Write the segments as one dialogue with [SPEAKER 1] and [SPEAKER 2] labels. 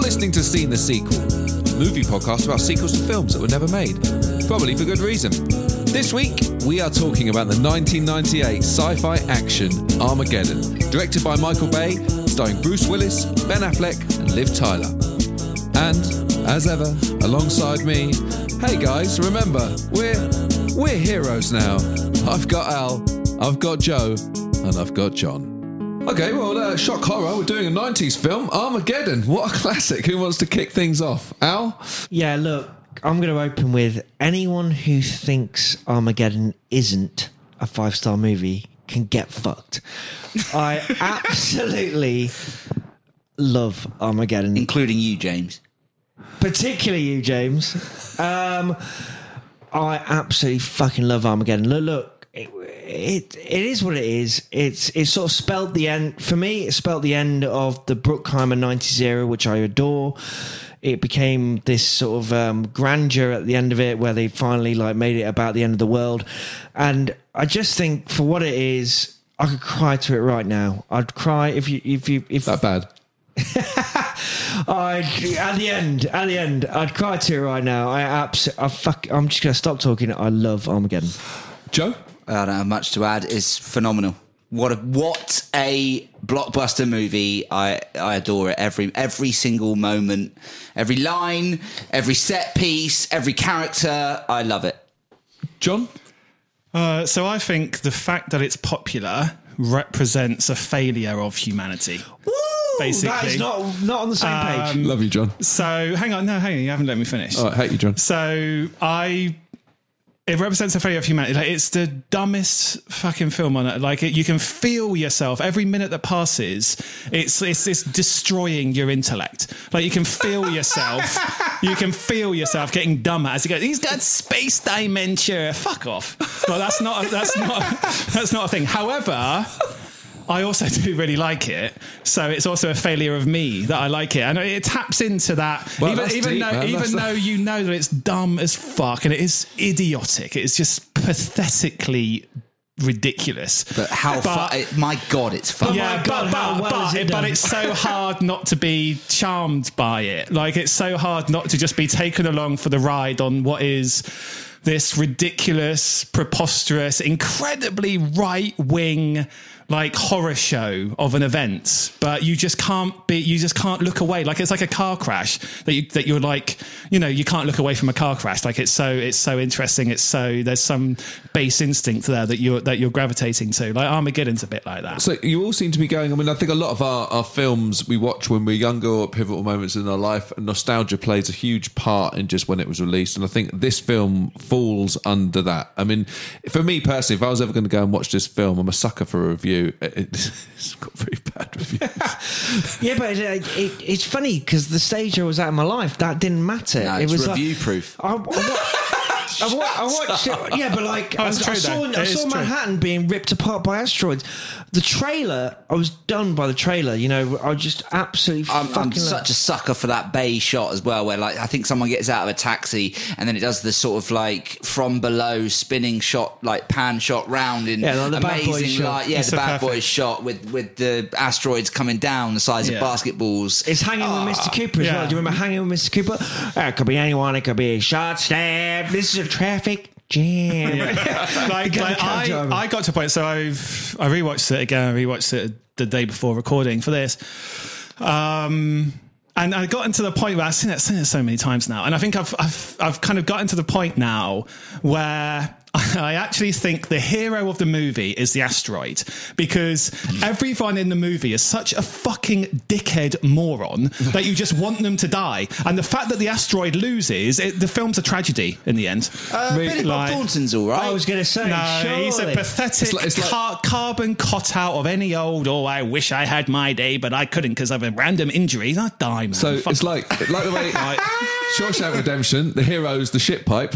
[SPEAKER 1] listening to Scene the Sequel, a movie podcast about sequels to films that were never made, probably for good reason. This week, we are talking about the 1998 sci fi action Armageddon, directed by Michael Bay, starring Bruce Willis, Ben Affleck, and Liv Tyler. And, as ever, alongside me, hey guys, remember, we're, we're heroes now. I've got Al, I've got Joe, and I've got John. Okay, well, uh, shock horror. We're doing a 90s film, Armageddon. What a classic. Who wants to kick things off? Al?
[SPEAKER 2] Yeah, look, I'm going to open with anyone who thinks Armageddon isn't a five star movie can get fucked. I absolutely love Armageddon,
[SPEAKER 3] including you, James.
[SPEAKER 2] particularly you, James. Um, I absolutely fucking love Armageddon. Look, look, it, it it is what it is. It's it sort of spelled the end for me. It spelled the end of the Bruckheimer '90s era, which I adore. It became this sort of um, grandeur at the end of it, where they finally like made it about the end of the world. And I just think for what it is, I could cry to it right now. I'd cry if you if you if
[SPEAKER 1] That bad.
[SPEAKER 2] I at the end, at the end, I'd cry to you right now. I abs- I fuck. I'm just gonna stop talking. I love Armageddon.
[SPEAKER 1] Joe?
[SPEAKER 3] I don't have much to add. It's phenomenal. What a what a blockbuster movie! I I adore it. Every every single moment, every line, every set piece, every character. I love it.
[SPEAKER 1] John?
[SPEAKER 4] Uh, so I think the fact that it's popular represents a failure of humanity.
[SPEAKER 2] Woo! that
[SPEAKER 4] Basically. Um,
[SPEAKER 2] is not not on the same page.
[SPEAKER 1] Love you, John.
[SPEAKER 4] So hang on, no, hang on, you haven't let me finish.
[SPEAKER 1] Oh, I hate you, John.
[SPEAKER 4] So I. It represents a failure of humanity. Like it's the dumbest fucking film on it. Like it, you can feel yourself every minute that passes. It's it's it's destroying your intellect. Like you can feel yourself. you can feel yourself getting dumber as you go. He's got space dementia. Fuck off. Well, that's not a, that's not a- that's not a thing. However, I also do really like it. So it's also a failure of me that I like it. And it taps into that
[SPEAKER 1] Well,
[SPEAKER 4] even
[SPEAKER 1] that's
[SPEAKER 4] even
[SPEAKER 1] deep,
[SPEAKER 4] though
[SPEAKER 1] man.
[SPEAKER 4] even
[SPEAKER 1] That's the-
[SPEAKER 4] though you know that it's dumb as fuck and it is idiotic. It's just pathetically ridiculous.
[SPEAKER 3] But how
[SPEAKER 4] But-
[SPEAKER 3] fun! My God, it's fun.
[SPEAKER 2] my
[SPEAKER 4] yeah, but
[SPEAKER 2] God, how
[SPEAKER 4] Oh but,
[SPEAKER 2] well
[SPEAKER 4] but,
[SPEAKER 2] is it
[SPEAKER 4] but
[SPEAKER 2] done?
[SPEAKER 4] it's so hard not to be charmed by it. Like it's so hard not to just be taken along for the ride on what is this ridiculous, preposterous, incredibly right wing like horror show of an event. But you just can't be you just can't look away. Like it's like a car crash that you that you're like, you know, you can't look away from a car crash. Like it's so it's so interesting. It's so there's some base instinct there that you're that you're gravitating to. Like Armageddon's a bit like that.
[SPEAKER 1] So you all seem to be going. I mean, I think a lot of our, our films we watch when we're younger or pivotal moments in our life, and nostalgia plays a huge part in just when it was released. And I think this film falls under that. I mean, for me personally, if I was ever going to go and watch this film, I'm a sucker for a review. It, has got very bad reviews.
[SPEAKER 2] Yeah, but it, it, it's funny because the stage I was at in my life that didn't matter.
[SPEAKER 3] No,
[SPEAKER 2] it
[SPEAKER 3] it's
[SPEAKER 2] was
[SPEAKER 3] review proof.
[SPEAKER 2] I, I, wa- I, wa- I watched it. Yeah, but like I,
[SPEAKER 4] Oh, it's
[SPEAKER 2] I
[SPEAKER 4] true,
[SPEAKER 2] saw,
[SPEAKER 4] though.
[SPEAKER 2] I
[SPEAKER 4] It is
[SPEAKER 2] saw
[SPEAKER 4] true.
[SPEAKER 2] Manhattan being ripped apart by asteroids. The trailer, I was done by the trailer. You know, I just absolutely
[SPEAKER 3] I'm,
[SPEAKER 2] fucking
[SPEAKER 3] I'm
[SPEAKER 2] love-
[SPEAKER 3] such a sucker for that bay shot as well, where like I think someone gets out of a taxi and then it does the sort of like from below spinning shot, like pan shot round in
[SPEAKER 2] Yeah, like the Bad Boys
[SPEAKER 3] amazing
[SPEAKER 2] shot.
[SPEAKER 3] light. Yeah,
[SPEAKER 4] It's
[SPEAKER 3] the
[SPEAKER 4] so
[SPEAKER 3] bad
[SPEAKER 4] perfect.
[SPEAKER 3] boys shot with with the asteroids coming down the size
[SPEAKER 4] Yeah.
[SPEAKER 3] of basketballs. Uh,
[SPEAKER 2] It's hanging with Mr. Cooper as
[SPEAKER 4] Ah, yeah.
[SPEAKER 2] well. Do you remember hanging with Mr. Cooper? Uh, it could be anyone. It could be shot, stab. This is a traffic jam.
[SPEAKER 4] like,
[SPEAKER 2] The guy cab
[SPEAKER 4] like, I,
[SPEAKER 2] driver.
[SPEAKER 4] I got to a point. So I've I rewatched it again. I rewatched it the day before recording for this. Um, and I gotten to the point where I've seen it, seen it so many times now, and I think I've I've I've kind of gotten to the point now where. I actually think the hero of the movie is the asteroid because everyone in the movie is such a fucking dickhead moron that you just want them to die. And the fact that the asteroid loses, it, the film's a tragedy in the end.
[SPEAKER 3] uh, Billy Bob
[SPEAKER 4] like-
[SPEAKER 3] Thornton's all right.
[SPEAKER 2] I was going to say,
[SPEAKER 4] No, he's a
[SPEAKER 2] surely.
[SPEAKER 4] pathetic
[SPEAKER 1] It's like- it's like-
[SPEAKER 4] car- carbon cut out of any old. Oh, I wish I had my day, but I couldn't because of a random injury. I die, man.
[SPEAKER 1] so
[SPEAKER 4] Fuck
[SPEAKER 1] it's
[SPEAKER 4] off.
[SPEAKER 1] like like the way Shawshank Redemption, the hero's the shit pipe.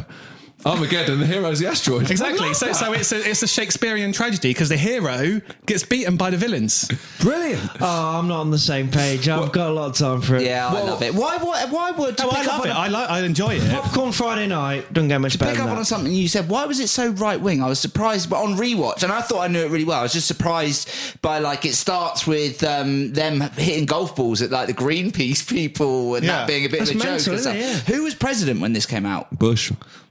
[SPEAKER 1] Armageddon, the hero's the asteroid.
[SPEAKER 4] Exactly. So, so it's a, it's a Shakespearean tragedy because the hero gets beaten by the villains.
[SPEAKER 1] Brilliant.
[SPEAKER 2] Oh, I'm not on the same page. I've got a lot of time for it.
[SPEAKER 3] Yeah, I love it. Why? Why? Why would?
[SPEAKER 4] Oh, I
[SPEAKER 3] pick up
[SPEAKER 4] love
[SPEAKER 3] on-
[SPEAKER 4] it. I like. I enjoy it.
[SPEAKER 2] Popcorn Friday night doesn't get much better.
[SPEAKER 3] Pick up
[SPEAKER 2] than
[SPEAKER 3] on
[SPEAKER 2] that.
[SPEAKER 3] something you said. Why was it so right wing? I was surprised, but on rewatch, and I thought I knew it really well. I was just surprised by like it starts with um, them hitting golf balls at like the Greenpeace people and
[SPEAKER 4] Yeah.
[SPEAKER 3] that being a bit
[SPEAKER 2] That's
[SPEAKER 3] of a
[SPEAKER 2] mental,
[SPEAKER 3] joke. and
[SPEAKER 2] isn't
[SPEAKER 3] stuff.
[SPEAKER 2] it? Yeah.
[SPEAKER 3] Who was president when this came out?
[SPEAKER 1] Bush.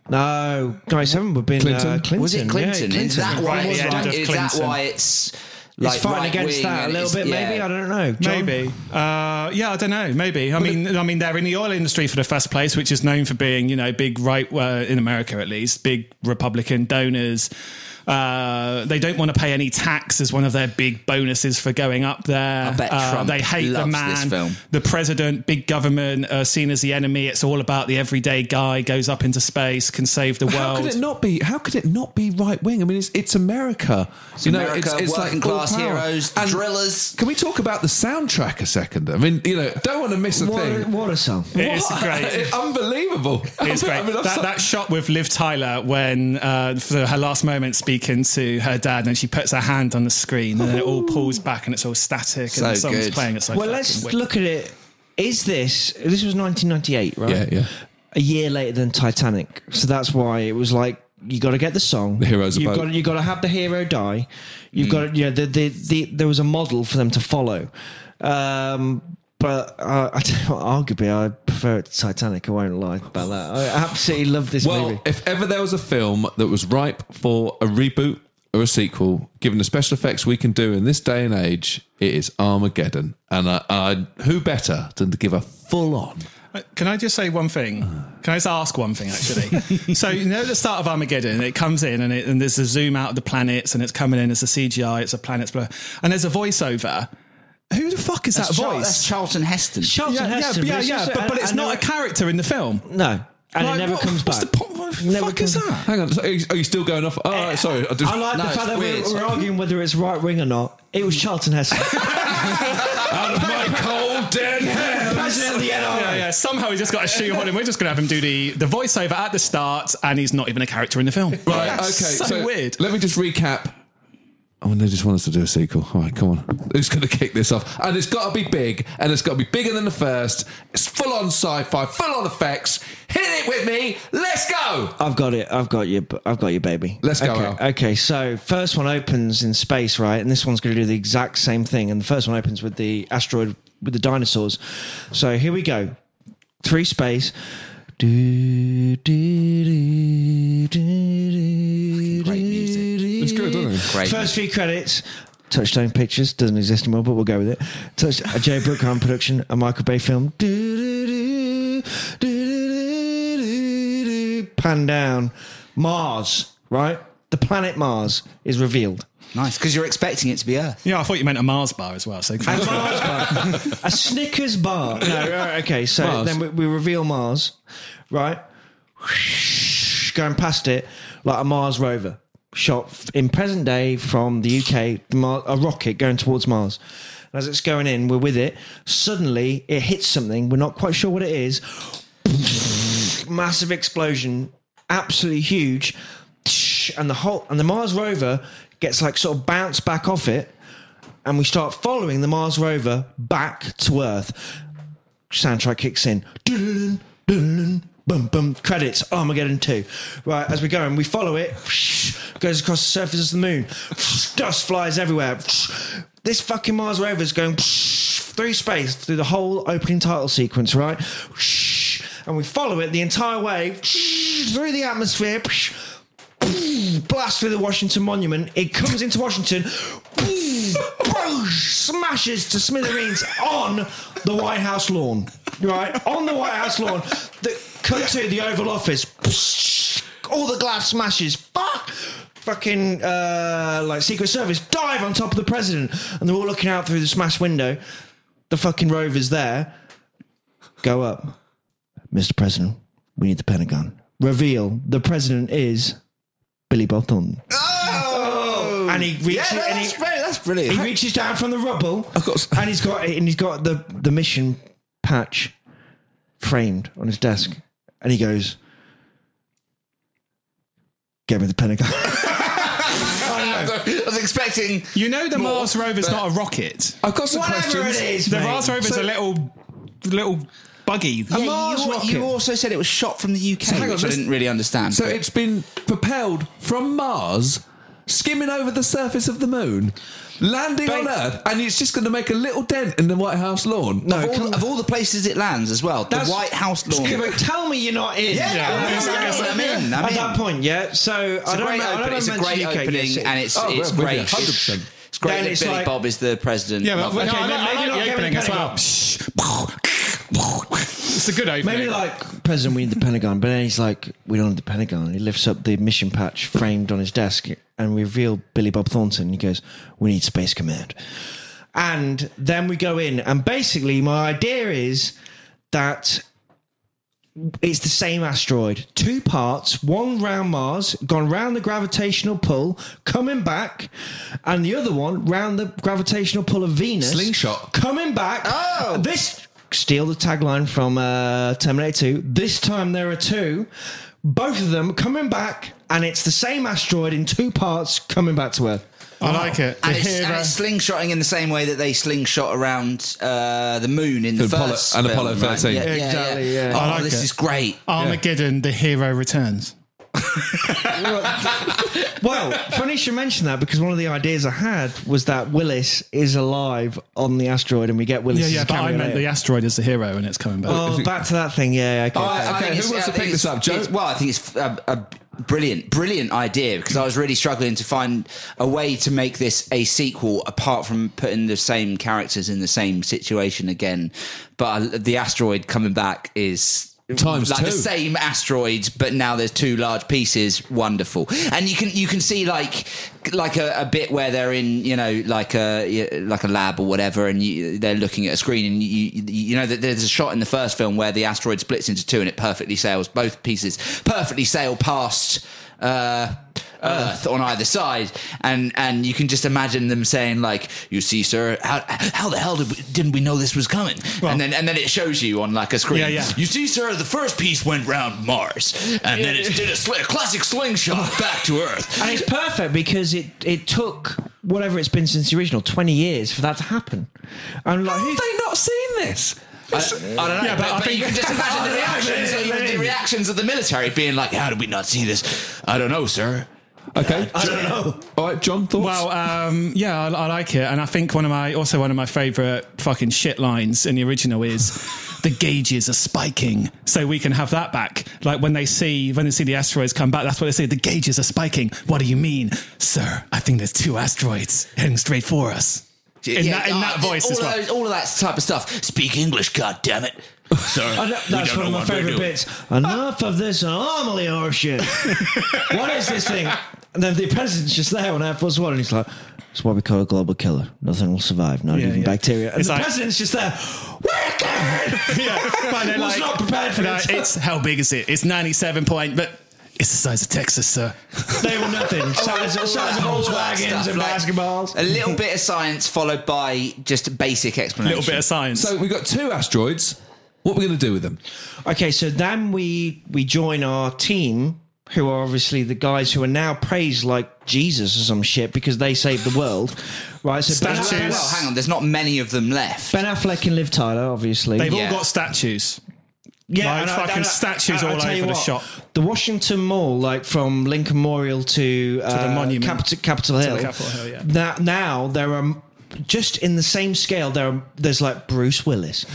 [SPEAKER 2] No, guys, haven't we been
[SPEAKER 1] Clinton?
[SPEAKER 2] Uh,
[SPEAKER 1] Was it
[SPEAKER 2] Clinton?
[SPEAKER 3] Was it Clinton?
[SPEAKER 2] Yeah,
[SPEAKER 3] Is that
[SPEAKER 2] Clinton.
[SPEAKER 3] why?
[SPEAKER 4] Right,
[SPEAKER 3] It's
[SPEAKER 4] yeah,
[SPEAKER 3] right-
[SPEAKER 4] Jeff
[SPEAKER 3] is that
[SPEAKER 4] Clinton.
[SPEAKER 3] why it's like
[SPEAKER 2] It's fighting
[SPEAKER 3] right
[SPEAKER 2] against
[SPEAKER 3] wing
[SPEAKER 2] that a
[SPEAKER 3] and
[SPEAKER 2] little
[SPEAKER 3] it's-
[SPEAKER 2] bit,
[SPEAKER 3] yeah.
[SPEAKER 2] maybe. I don't know. John?
[SPEAKER 4] Maybe. Uh, yeah, I don't know. Maybe. I mean, I mean, they're in the oil industry for the first place, which is known for being, you know, big right uh, in America at least, big Republican donors. Uh, they don't want to pay any tax as one of their big bonuses for going up there.
[SPEAKER 3] I bet
[SPEAKER 4] Uh,
[SPEAKER 3] Trump
[SPEAKER 4] they hate the
[SPEAKER 3] loves
[SPEAKER 4] man,
[SPEAKER 3] this film.
[SPEAKER 4] the president, big government, uh, seen as the enemy. It's all about the everyday guy goes up into space, can save the
[SPEAKER 1] How
[SPEAKER 4] world.
[SPEAKER 1] could it not be? How could it not be right wing? I mean, it's it's America. you know,
[SPEAKER 3] America,
[SPEAKER 1] it's, it's like
[SPEAKER 3] working
[SPEAKER 1] full
[SPEAKER 3] class
[SPEAKER 1] power.
[SPEAKER 3] heroes, the
[SPEAKER 1] And
[SPEAKER 3] drillers.
[SPEAKER 1] Can we talk about the soundtrack a second? I mean, you know, don't want to miss a
[SPEAKER 2] What,
[SPEAKER 1] thing.
[SPEAKER 2] what a song.
[SPEAKER 4] It is
[SPEAKER 1] What?
[SPEAKER 4] great.
[SPEAKER 1] unbelievable.
[SPEAKER 4] It's great.
[SPEAKER 1] I mean, I've
[SPEAKER 4] that,
[SPEAKER 1] so-
[SPEAKER 4] that shot with Liv Tyler when, uh, for her last moment, speaking to her dad, and she puts her hand on the screen, and then it all pulls back, and it's all static,
[SPEAKER 3] So
[SPEAKER 4] and the song's
[SPEAKER 3] good.
[SPEAKER 4] playing. It's like,
[SPEAKER 2] Well, let's
[SPEAKER 4] fucking
[SPEAKER 2] look at it. Is this? This was 1998, right?
[SPEAKER 1] yeah, yeah.
[SPEAKER 2] A year later than Titanic, so that's why it was like you got to get the song. The
[SPEAKER 1] hero's a
[SPEAKER 2] You've
[SPEAKER 1] boat.
[SPEAKER 2] got you got to have the hero die.
[SPEAKER 4] Mm.
[SPEAKER 2] You've got to, you know the, the the there was a model for them to follow. Um, but uh, I tell you what, arguably I prefer it to Titanic. I won't lie about that. I absolutely love this
[SPEAKER 1] Well,
[SPEAKER 2] movie.
[SPEAKER 1] if ever there was a film that was ripe for a reboot or a sequel, given the special effects we can do in this day and age, it is Armageddon. And I, I, who better than to give a full on?
[SPEAKER 4] Uh, Can I just say one thing?
[SPEAKER 1] Uh.
[SPEAKER 4] Can I just ask one thing, actually? so, you know, at the start of Armageddon, it comes in and, it, and there's a zoom out of the planets and it's coming in as a CGI, it's a planet's blur, and there's a voiceover. Who the fuck is that
[SPEAKER 3] Char-
[SPEAKER 4] voice?
[SPEAKER 3] That's Charlton Heston.
[SPEAKER 2] Charlton
[SPEAKER 4] yeah, yeah,
[SPEAKER 2] Heston,
[SPEAKER 4] yeah,
[SPEAKER 2] it's
[SPEAKER 4] yeah,
[SPEAKER 2] just-
[SPEAKER 4] but, but
[SPEAKER 2] and-
[SPEAKER 4] it's
[SPEAKER 2] and
[SPEAKER 4] not a
[SPEAKER 2] there-
[SPEAKER 4] character in the film.
[SPEAKER 2] No, and
[SPEAKER 4] Like,
[SPEAKER 2] it never
[SPEAKER 4] what-
[SPEAKER 2] comes
[SPEAKER 4] what's
[SPEAKER 2] back.
[SPEAKER 4] The point? What the
[SPEAKER 2] Never
[SPEAKER 4] fuck is
[SPEAKER 2] comes-
[SPEAKER 4] that?
[SPEAKER 1] Hang on, so are you, are you still going off? Oh, right, sorry. I, just,
[SPEAKER 2] Eh, I like
[SPEAKER 3] No,
[SPEAKER 2] the
[SPEAKER 3] it's
[SPEAKER 2] fact that
[SPEAKER 3] weird.
[SPEAKER 2] we're, we're arguing whether it's right wing or not. It was Charlton Heston,
[SPEAKER 1] out of my cold dead hands.
[SPEAKER 2] president of the NRA.
[SPEAKER 4] Yeah, yeah. Somehow he's just got a shoe on him. We're just going to have him do the, the voiceover at the start, and he's not even a character in the film.
[SPEAKER 1] Right, okay.
[SPEAKER 4] That's So, weird.
[SPEAKER 1] Let me just recap. Oh, and they just want us to do a sequel. All right, come on. Who's going to kick this off? And it's got to be big, and it's got to be bigger than the first. It's full on sci fi, full on effects. Hit it with me. Let's go.
[SPEAKER 2] I've got it. I've got you. I've got you, baby.
[SPEAKER 1] Let's go,
[SPEAKER 2] Okay.
[SPEAKER 1] Al.
[SPEAKER 2] okay. So first one opens in space, right? And this one's going to do the exact same thing. And the first one opens with the asteroid with the dinosaurs. So here we go. Three space. Do, do, do, do, do,
[SPEAKER 3] Great music.
[SPEAKER 1] It's good, isn't it?
[SPEAKER 3] Great.
[SPEAKER 2] First few credits. Touchstone Pictures doesn't exist anymore, but we'll go with it. Touch a Joe Brookheim production, a Michael Bay film. Do-do-do, do-do-do-do-do. Pan down, Mars, right? The planet Mars is revealed.
[SPEAKER 3] Nice, because you're expecting it to be Earth.
[SPEAKER 4] Yeah, I thought you meant a Mars bar as well. So
[SPEAKER 2] A Mars bar, a Snickers bar. No, right, okay. So
[SPEAKER 1] Mars.
[SPEAKER 2] then we, we reveal Mars, right? Going past it like a Mars rover, shot in present day from the UK, Mar- a rocket going towards Mars. And as it's going in, we're with it. Suddenly, it hits something. We're not quite sure what it is. Massive explosion, absolutely huge, and the whole and the Mars rover gets like sort of bounced back off it and we start following the Mars rover back to Earth. Soundtrack kicks in. Doodle-dun, doodle-dun, Bum bum credits Armageddon two, right as we go and we follow it goes across the surface of the moon, dust flies everywhere. This fucking Mars rover is going through space through the whole opening title sequence, right? And we follow it the entire way through the atmosphere, blast through the Washington Monument. It comes into Washington, boom, boosh, smashes to smithereens on the White House lawn. Right on the White House lawn, that cut to the Oval Office. Psh, all the glass smashes. Fuck. Fucking uh, like Secret Service dive on top of the president, and they're all looking out through the smashed window. The fucking rover's there. Go up, Mr. President. We need the Pentagon. Reveal the president is Billy Bob Thornton.
[SPEAKER 3] Oh,
[SPEAKER 2] And he reaches,
[SPEAKER 3] yeah, no,
[SPEAKER 2] and
[SPEAKER 3] that's,
[SPEAKER 2] he,
[SPEAKER 3] brilliant. that's brilliant.
[SPEAKER 2] he reaches down from the rubble, of
[SPEAKER 1] course.
[SPEAKER 2] and he's got and he's got the the mission patch framed on his desk, and he goes, Get me the Pentagon.
[SPEAKER 3] I was expecting.
[SPEAKER 4] You know the
[SPEAKER 3] More,
[SPEAKER 4] Mars rover's
[SPEAKER 3] but-
[SPEAKER 4] not a rocket.
[SPEAKER 1] I've got some
[SPEAKER 2] Whatever
[SPEAKER 1] questions.
[SPEAKER 2] it is,
[SPEAKER 4] The
[SPEAKER 2] mate.
[SPEAKER 4] Mars rover's
[SPEAKER 2] So-
[SPEAKER 4] a little little buggy.
[SPEAKER 3] Yeah,
[SPEAKER 1] Mars
[SPEAKER 3] you,
[SPEAKER 1] rocket.
[SPEAKER 3] you also said it was shot from the UK,
[SPEAKER 1] hang on,
[SPEAKER 3] which I
[SPEAKER 1] let's-
[SPEAKER 3] didn't really understand.
[SPEAKER 1] So
[SPEAKER 3] but-
[SPEAKER 1] it's been propelled from Mars, skimming over the surface of the moon, landing on
[SPEAKER 2] Ba-
[SPEAKER 1] Earth, and it's just going to make a little dent in the White House lawn.
[SPEAKER 2] No,
[SPEAKER 3] of, all,
[SPEAKER 2] come-
[SPEAKER 3] the- of all the places it lands as well, the
[SPEAKER 2] That's-
[SPEAKER 3] White House lawn.
[SPEAKER 2] Yeah, but tell me you're not in.
[SPEAKER 3] Yeah,
[SPEAKER 4] Yeah, I guess- I guess
[SPEAKER 3] I'm in, I'm
[SPEAKER 2] At
[SPEAKER 3] in.
[SPEAKER 2] that point, yeah. So I
[SPEAKER 3] It's a
[SPEAKER 2] don't
[SPEAKER 3] great
[SPEAKER 2] know. I don't
[SPEAKER 3] opening. It's a
[SPEAKER 2] remember
[SPEAKER 3] great
[SPEAKER 2] UK, yes,
[SPEAKER 3] opening,
[SPEAKER 2] it-
[SPEAKER 3] and it's
[SPEAKER 1] Oh,
[SPEAKER 3] it's
[SPEAKER 1] we're with
[SPEAKER 3] great.
[SPEAKER 1] you, 100%.
[SPEAKER 3] It's, it's great
[SPEAKER 2] Then
[SPEAKER 3] that
[SPEAKER 2] it's
[SPEAKER 3] Billy
[SPEAKER 2] like-
[SPEAKER 3] Bob is the president.
[SPEAKER 4] Yeah, but
[SPEAKER 3] Love
[SPEAKER 4] no,
[SPEAKER 3] that.
[SPEAKER 4] I,
[SPEAKER 2] then
[SPEAKER 4] like- I
[SPEAKER 2] maybe
[SPEAKER 4] like
[SPEAKER 2] not
[SPEAKER 4] the
[SPEAKER 2] Kevin
[SPEAKER 4] opening as well.
[SPEAKER 2] Pentagon.
[SPEAKER 4] it's a good opening.
[SPEAKER 2] Maybe like President, we need the Pentagon, but then he's like, we don't need the Pentagon. He lifts up the mission patch framed on his desk and we reveal Billy Bob Thornton. He goes, we need Space Command. And then we go in, and basically, my idea is that it's the same asteroid. Two parts, one round Mars, gone round the gravitational pull, coming back, and the other one round the gravitational pull of Venus.
[SPEAKER 1] Slingshot.
[SPEAKER 2] Coming back.
[SPEAKER 3] Oh!
[SPEAKER 2] This steal the tagline from uh, Terminator 2. This time there are two. Both of them coming back, and it's the same asteroid in two parts coming back to Earth.
[SPEAKER 4] I like it. The
[SPEAKER 3] And it's, and
[SPEAKER 4] hero.
[SPEAKER 3] it's slingshotting in the same way that they slingshot around uh, the moon in the
[SPEAKER 1] And Apollo-
[SPEAKER 3] first
[SPEAKER 1] and
[SPEAKER 3] film,
[SPEAKER 1] Apollo
[SPEAKER 3] right?
[SPEAKER 1] 13.
[SPEAKER 3] Yeah, yeah,
[SPEAKER 2] Exactly, yeah.
[SPEAKER 3] Oh,
[SPEAKER 4] I like
[SPEAKER 3] this
[SPEAKER 4] it.
[SPEAKER 3] is great.
[SPEAKER 4] Armageddon, the hero returns.
[SPEAKER 2] Well, funny you should mention that because one of the ideas I had was that Willis is alive on the asteroid, and we get Willis.
[SPEAKER 4] Yeah, yeah, but I meant the asteroid is the hero and it's coming back.
[SPEAKER 2] Oh, back to that thing. Yeah, yeah, okay.
[SPEAKER 1] I-
[SPEAKER 3] I
[SPEAKER 1] Okay,
[SPEAKER 3] think
[SPEAKER 1] who
[SPEAKER 3] it's-
[SPEAKER 1] wants to
[SPEAKER 3] I think
[SPEAKER 1] pick this
[SPEAKER 3] it's-
[SPEAKER 1] up, Joe?
[SPEAKER 3] it's- Well, I think it's a, a brilliant, brilliant idea because I was really struggling to find a way to make this a sequel apart from putting the same characters in the same situation again. But I, the asteroid coming back is.
[SPEAKER 1] Times
[SPEAKER 3] like the
[SPEAKER 1] two.
[SPEAKER 3] same asteroid, but now there's two large pieces. Wonderful, and you can you can see like like a, a bit where they're in you know like a like a lab or whatever, and you, they're looking at a screen, and you you- you know that there's a shot in the first film where the asteroid splits into two, and it perfectly sails both pieces perfectly sail past. Uh, Earth on either side, and and you can just imagine them saying like, "You see, sir, how how the hell did we, didn't we know this was coming?" and then and then it shows you on like a screen.
[SPEAKER 4] Yeah, yeah.
[SPEAKER 3] You see, sir, the first piece went round Mars, and then it did a sli- a classic slingshot back to Earth.
[SPEAKER 2] and it's perfect because it it took whatever it's been since the original twenty years for that to happen. And like,
[SPEAKER 1] Have
[SPEAKER 2] who,
[SPEAKER 1] they not seen this?
[SPEAKER 3] I, I don't know,
[SPEAKER 4] Yeah,
[SPEAKER 3] but,
[SPEAKER 4] but I
[SPEAKER 3] but
[SPEAKER 4] think-
[SPEAKER 3] you can just imagine the reactions, even the reactions of the military being like, "How did we not see this?" I don't know, sir.
[SPEAKER 1] Okay. I don't know. All right, John, thoughts?
[SPEAKER 4] Well, um, yeah, I, I like it, and I think one of my also one of my favourite fucking shit lines in the original is the gauges are spiking, so we can have that back. Like when they see when they see the asteroids come back, that's what they say. The gauges are spiking. What do you mean, sir? I think there's two asteroids heading straight for us. In
[SPEAKER 3] Yeah,
[SPEAKER 4] that in
[SPEAKER 3] uh,
[SPEAKER 4] that voice
[SPEAKER 3] all
[SPEAKER 4] as
[SPEAKER 3] of
[SPEAKER 4] well.
[SPEAKER 3] those- all of that type of stuff. Speak English, goddammit. Sir,
[SPEAKER 2] I know- that's
[SPEAKER 3] we
[SPEAKER 2] one
[SPEAKER 3] don't
[SPEAKER 2] of
[SPEAKER 3] know
[SPEAKER 2] my
[SPEAKER 3] what we're
[SPEAKER 2] favorite
[SPEAKER 3] doing.
[SPEAKER 2] bits. Enough of this anomaly horseshit. what is this thing? And then the president's just there on Air Force One, and he's like, "It's what we call a global killer. Nothing will survive, not even
[SPEAKER 4] yeah.
[SPEAKER 2] bacteria." And
[SPEAKER 4] It's
[SPEAKER 2] the
[SPEAKER 4] like-
[SPEAKER 2] president's just there. Wicked!
[SPEAKER 4] yeah, but they're
[SPEAKER 2] Was not prepared for this.
[SPEAKER 4] It's how big is it? It's ninety-seven point, but it's the size of Texas, sir.
[SPEAKER 2] They were nothing. Size,
[SPEAKER 3] All
[SPEAKER 2] size
[SPEAKER 3] that-
[SPEAKER 2] of
[SPEAKER 3] all that
[SPEAKER 2] Volkswagens
[SPEAKER 3] stuff,
[SPEAKER 2] and
[SPEAKER 3] like,
[SPEAKER 2] basketballs.
[SPEAKER 3] A little bit of science followed by just basic
[SPEAKER 4] A
[SPEAKER 3] explanation.
[SPEAKER 4] little bit of science.
[SPEAKER 1] so we've got two asteroids. What are we going to do with them?
[SPEAKER 2] Okay, so then we we join our team, who are obviously the guys who are now praised like Jesus or some shit because they saved the world, right? So ben,
[SPEAKER 3] Well,
[SPEAKER 4] Statues.
[SPEAKER 3] well, hang on. There's not many of them left.
[SPEAKER 2] ben Affleck and Liv Tyler, obviously.
[SPEAKER 4] They've
[SPEAKER 3] Yeah.
[SPEAKER 4] all got statues. Like
[SPEAKER 2] and I-
[SPEAKER 4] fucking
[SPEAKER 2] and I-
[SPEAKER 4] statues
[SPEAKER 2] and I
[SPEAKER 4] all
[SPEAKER 2] tell you
[SPEAKER 4] over the
[SPEAKER 2] what,
[SPEAKER 4] shop.
[SPEAKER 2] The Washington Mall, like from Lincoln Memorial to, uh,
[SPEAKER 4] the monument.
[SPEAKER 2] Capitol, Capitol Hill.
[SPEAKER 4] Capitol Hill, yeah.
[SPEAKER 2] That now there are. Just in the same scale, there are, there's like Bruce Willis,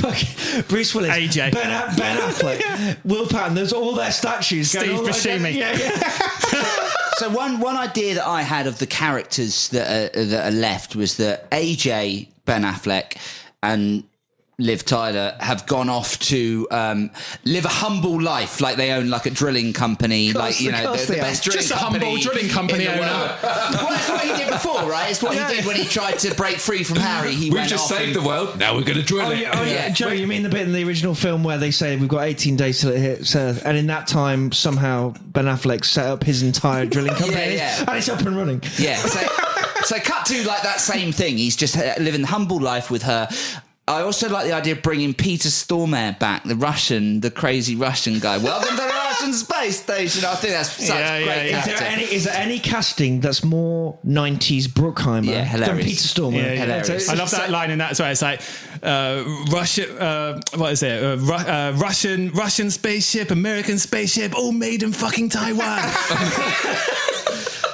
[SPEAKER 2] Fuck, Bruce Willis,
[SPEAKER 4] AJ.
[SPEAKER 2] Ben, A- ben Affleck, Will Patton. There's all their statues. going
[SPEAKER 4] Steve
[SPEAKER 2] all like that.
[SPEAKER 4] Buscemi.
[SPEAKER 2] yeah, yeah.
[SPEAKER 3] so one one idea that I had of the characters that are, that are left was that AJ Ben Affleck and Liv Tyler have gone off to um, live a humble life, like they own like a drilling company, like you
[SPEAKER 2] of
[SPEAKER 3] know
[SPEAKER 2] course
[SPEAKER 3] the, the
[SPEAKER 2] they
[SPEAKER 3] best
[SPEAKER 4] are.
[SPEAKER 3] drilling
[SPEAKER 4] Just a
[SPEAKER 3] company
[SPEAKER 4] humble drilling company
[SPEAKER 3] in the
[SPEAKER 4] owner.
[SPEAKER 3] world. well, that's what he did before, right? It's what he did when he tried to break free from Harry. He
[SPEAKER 1] We've
[SPEAKER 3] went
[SPEAKER 1] just
[SPEAKER 3] off and-
[SPEAKER 1] saved the world. Now we're going to drill
[SPEAKER 2] Oh,
[SPEAKER 1] it.
[SPEAKER 2] yeah, oh, yeah.
[SPEAKER 3] Yeah.
[SPEAKER 2] Joe, you mean the bit in the original film where they say we've got 18 days till it hits Earth, and in that time somehow Ben Affleck set up his entire drilling company, and it's-
[SPEAKER 3] yeah.
[SPEAKER 2] and it's up and running.
[SPEAKER 3] Yeah. So, so cut to like that same thing. He's just uh, living the humble life with her. I also like the idea of bringing Peter Stormare back, the Russian, the crazy Russian guy. Welcome to Russia. Russian space station. I think that's such
[SPEAKER 4] Yeah, yeah,
[SPEAKER 3] great.
[SPEAKER 4] yeah.
[SPEAKER 2] Is there,
[SPEAKER 3] character.
[SPEAKER 2] any, is there any casting that's more 90s Brookheimer
[SPEAKER 3] Yeah,
[SPEAKER 2] than
[SPEAKER 3] hilarious.
[SPEAKER 2] Peter Stormer?
[SPEAKER 4] Yeah, yeah.
[SPEAKER 3] Hilarious.
[SPEAKER 4] I love that line in that as well. It's like uh, Russia. Uh, what is it? Uh, Ru- uh, Russian Russian spaceship, American spaceship, all made in fucking Taiwan.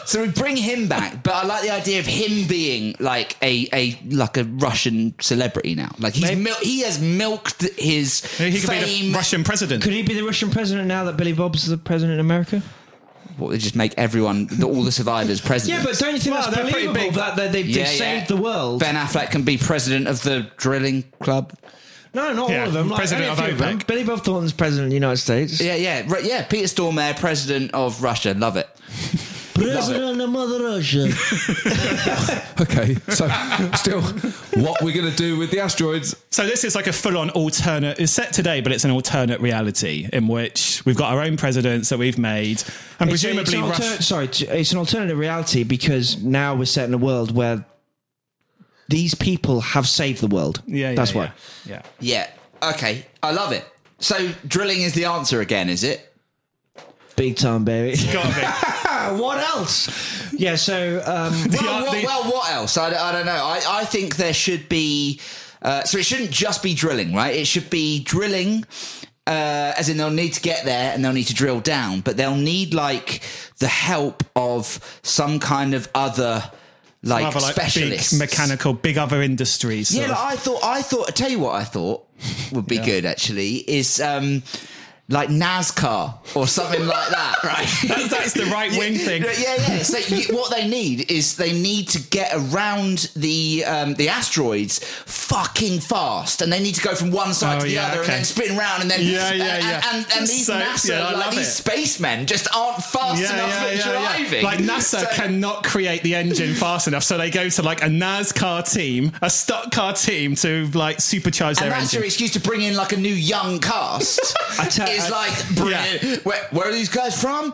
[SPEAKER 3] So we bring him back, but I like the idea of him being like a, a like a Russian celebrity now. Like he's
[SPEAKER 2] Maybe-
[SPEAKER 3] mil- he has milked his
[SPEAKER 4] he could be
[SPEAKER 3] fame.
[SPEAKER 4] the Russian president.
[SPEAKER 2] Could he be the Russian president now that Billy Bob's the president of America?
[SPEAKER 3] What, they just make everyone the, all the survivors president.
[SPEAKER 2] Yeah, but don't you think
[SPEAKER 4] Well,
[SPEAKER 2] that's
[SPEAKER 4] they're pretty
[SPEAKER 2] believable
[SPEAKER 4] big.
[SPEAKER 2] that they, they've,
[SPEAKER 3] Yeah,
[SPEAKER 2] they've
[SPEAKER 3] yeah.
[SPEAKER 2] saved the world?
[SPEAKER 3] Ben Affleck can be president of the drilling club.
[SPEAKER 2] no, not
[SPEAKER 4] Yeah,
[SPEAKER 2] all of them. Like,
[SPEAKER 4] president
[SPEAKER 2] only a
[SPEAKER 4] of
[SPEAKER 2] few them.
[SPEAKER 4] OPEC.
[SPEAKER 2] Billy Bob Thornton's president of the United States.
[SPEAKER 3] Yeah, yeah, right, yeah. Peter Stormare, president of Russia. Love it.
[SPEAKER 2] President of Mother Russia.
[SPEAKER 1] Okay, so still, what we're going to do with the asteroids?
[SPEAKER 4] So this is like a full-on alternate. It's set today, but it's an alternate reality in which we've got our own presidents that we've made, and
[SPEAKER 2] It's-
[SPEAKER 4] presumably
[SPEAKER 2] it's an
[SPEAKER 4] Russia.
[SPEAKER 2] alter- sorry, t- it's an alternative reality because now we're set in a world where these people have saved the world.
[SPEAKER 4] yeah, yeah,
[SPEAKER 2] that's
[SPEAKER 4] yeah.
[SPEAKER 2] why.
[SPEAKER 4] Yeah.
[SPEAKER 3] Yeah. Okay. I love it. So drilling is the answer again, is it?
[SPEAKER 2] Big time, baby.
[SPEAKER 4] Gotta be.
[SPEAKER 2] what else? Yeah, so um,
[SPEAKER 3] well,
[SPEAKER 4] Yeah,
[SPEAKER 3] what,
[SPEAKER 4] the-
[SPEAKER 3] well, what else? I, I don't know. I, I think there should be. Uh, so it shouldn't just be drilling, right? It should be drilling, uh, as in they'll need to get there and they'll need to drill down, but they'll need like the help of some kind of other like,
[SPEAKER 4] Rather like
[SPEAKER 3] specialist
[SPEAKER 4] big mechanical, big other industries.
[SPEAKER 3] Yeah,
[SPEAKER 4] sort of.
[SPEAKER 3] like, I thought. I thought. I tell you what, I thought would be good actually is um like NASCAR or something like that, right?
[SPEAKER 4] That's- that's the right-wing
[SPEAKER 3] Yeah,
[SPEAKER 4] thing.
[SPEAKER 3] Yeah, yeah. So you, what they need is they need to get around the um, the asteroids fucking fast, and they need to go from one side
[SPEAKER 4] Oh,
[SPEAKER 3] to the
[SPEAKER 4] yeah,
[SPEAKER 3] other, and
[SPEAKER 4] okay.
[SPEAKER 3] then spin round, and then
[SPEAKER 4] Yeah, yeah,
[SPEAKER 3] and,
[SPEAKER 4] yeah.
[SPEAKER 3] And, and, and these
[SPEAKER 4] So,
[SPEAKER 3] NASA,
[SPEAKER 4] yeah, I
[SPEAKER 3] like,
[SPEAKER 4] love
[SPEAKER 3] these
[SPEAKER 4] it.
[SPEAKER 3] spacemen, just aren't fast enough at driving.
[SPEAKER 4] Like NASA
[SPEAKER 3] So-
[SPEAKER 4] cannot create the engine fast enough, so they go to like a NASCAR team, a stock car team to like supercharge
[SPEAKER 3] And
[SPEAKER 4] their
[SPEAKER 3] that's
[SPEAKER 4] engine.
[SPEAKER 3] your excuse to bring in like a new young cast.
[SPEAKER 2] I tell-
[SPEAKER 3] it's
[SPEAKER 2] I-
[SPEAKER 3] like, bring
[SPEAKER 4] Yeah.
[SPEAKER 3] in- where, where are these guys from?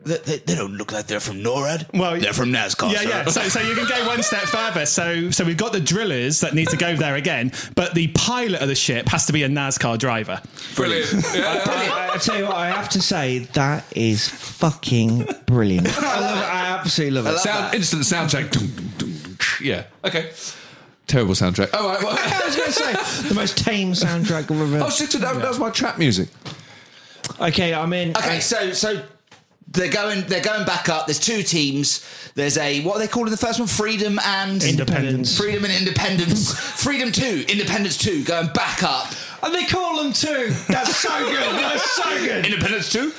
[SPEAKER 3] They, they, they don't look like they're from NORAD.
[SPEAKER 4] Well,
[SPEAKER 3] they're from NASCAR.
[SPEAKER 4] Yeah,
[SPEAKER 3] sir.
[SPEAKER 4] yeah. So, so you can go one step further. So, so we've got the drillers that need to go there again, but the pilot of the ship has to be a NASCAR driver.
[SPEAKER 1] Brilliant.
[SPEAKER 2] I, I tell you what, I have to say that is fucking brilliant. I love it. I absolutely love it.
[SPEAKER 1] Sound, instant soundtrack. Dun, dun, dun, dun. Yeah. Okay. Terrible soundtrack. All right. Well,
[SPEAKER 2] I was going to say the most tame soundtrack I've
[SPEAKER 3] Oh,
[SPEAKER 2] ever.
[SPEAKER 1] I was just, that, that was my trap music.
[SPEAKER 2] Okay, I'm in.
[SPEAKER 3] Okay, so so they're going they're going back up. There's two teams. There's a what are they called in the first one? Freedom and
[SPEAKER 2] Independence.
[SPEAKER 3] Freedom and independence. Freedom two. Independence two. Going back up.
[SPEAKER 2] And they call them too. That's so good. That's so good.
[SPEAKER 3] Independence two.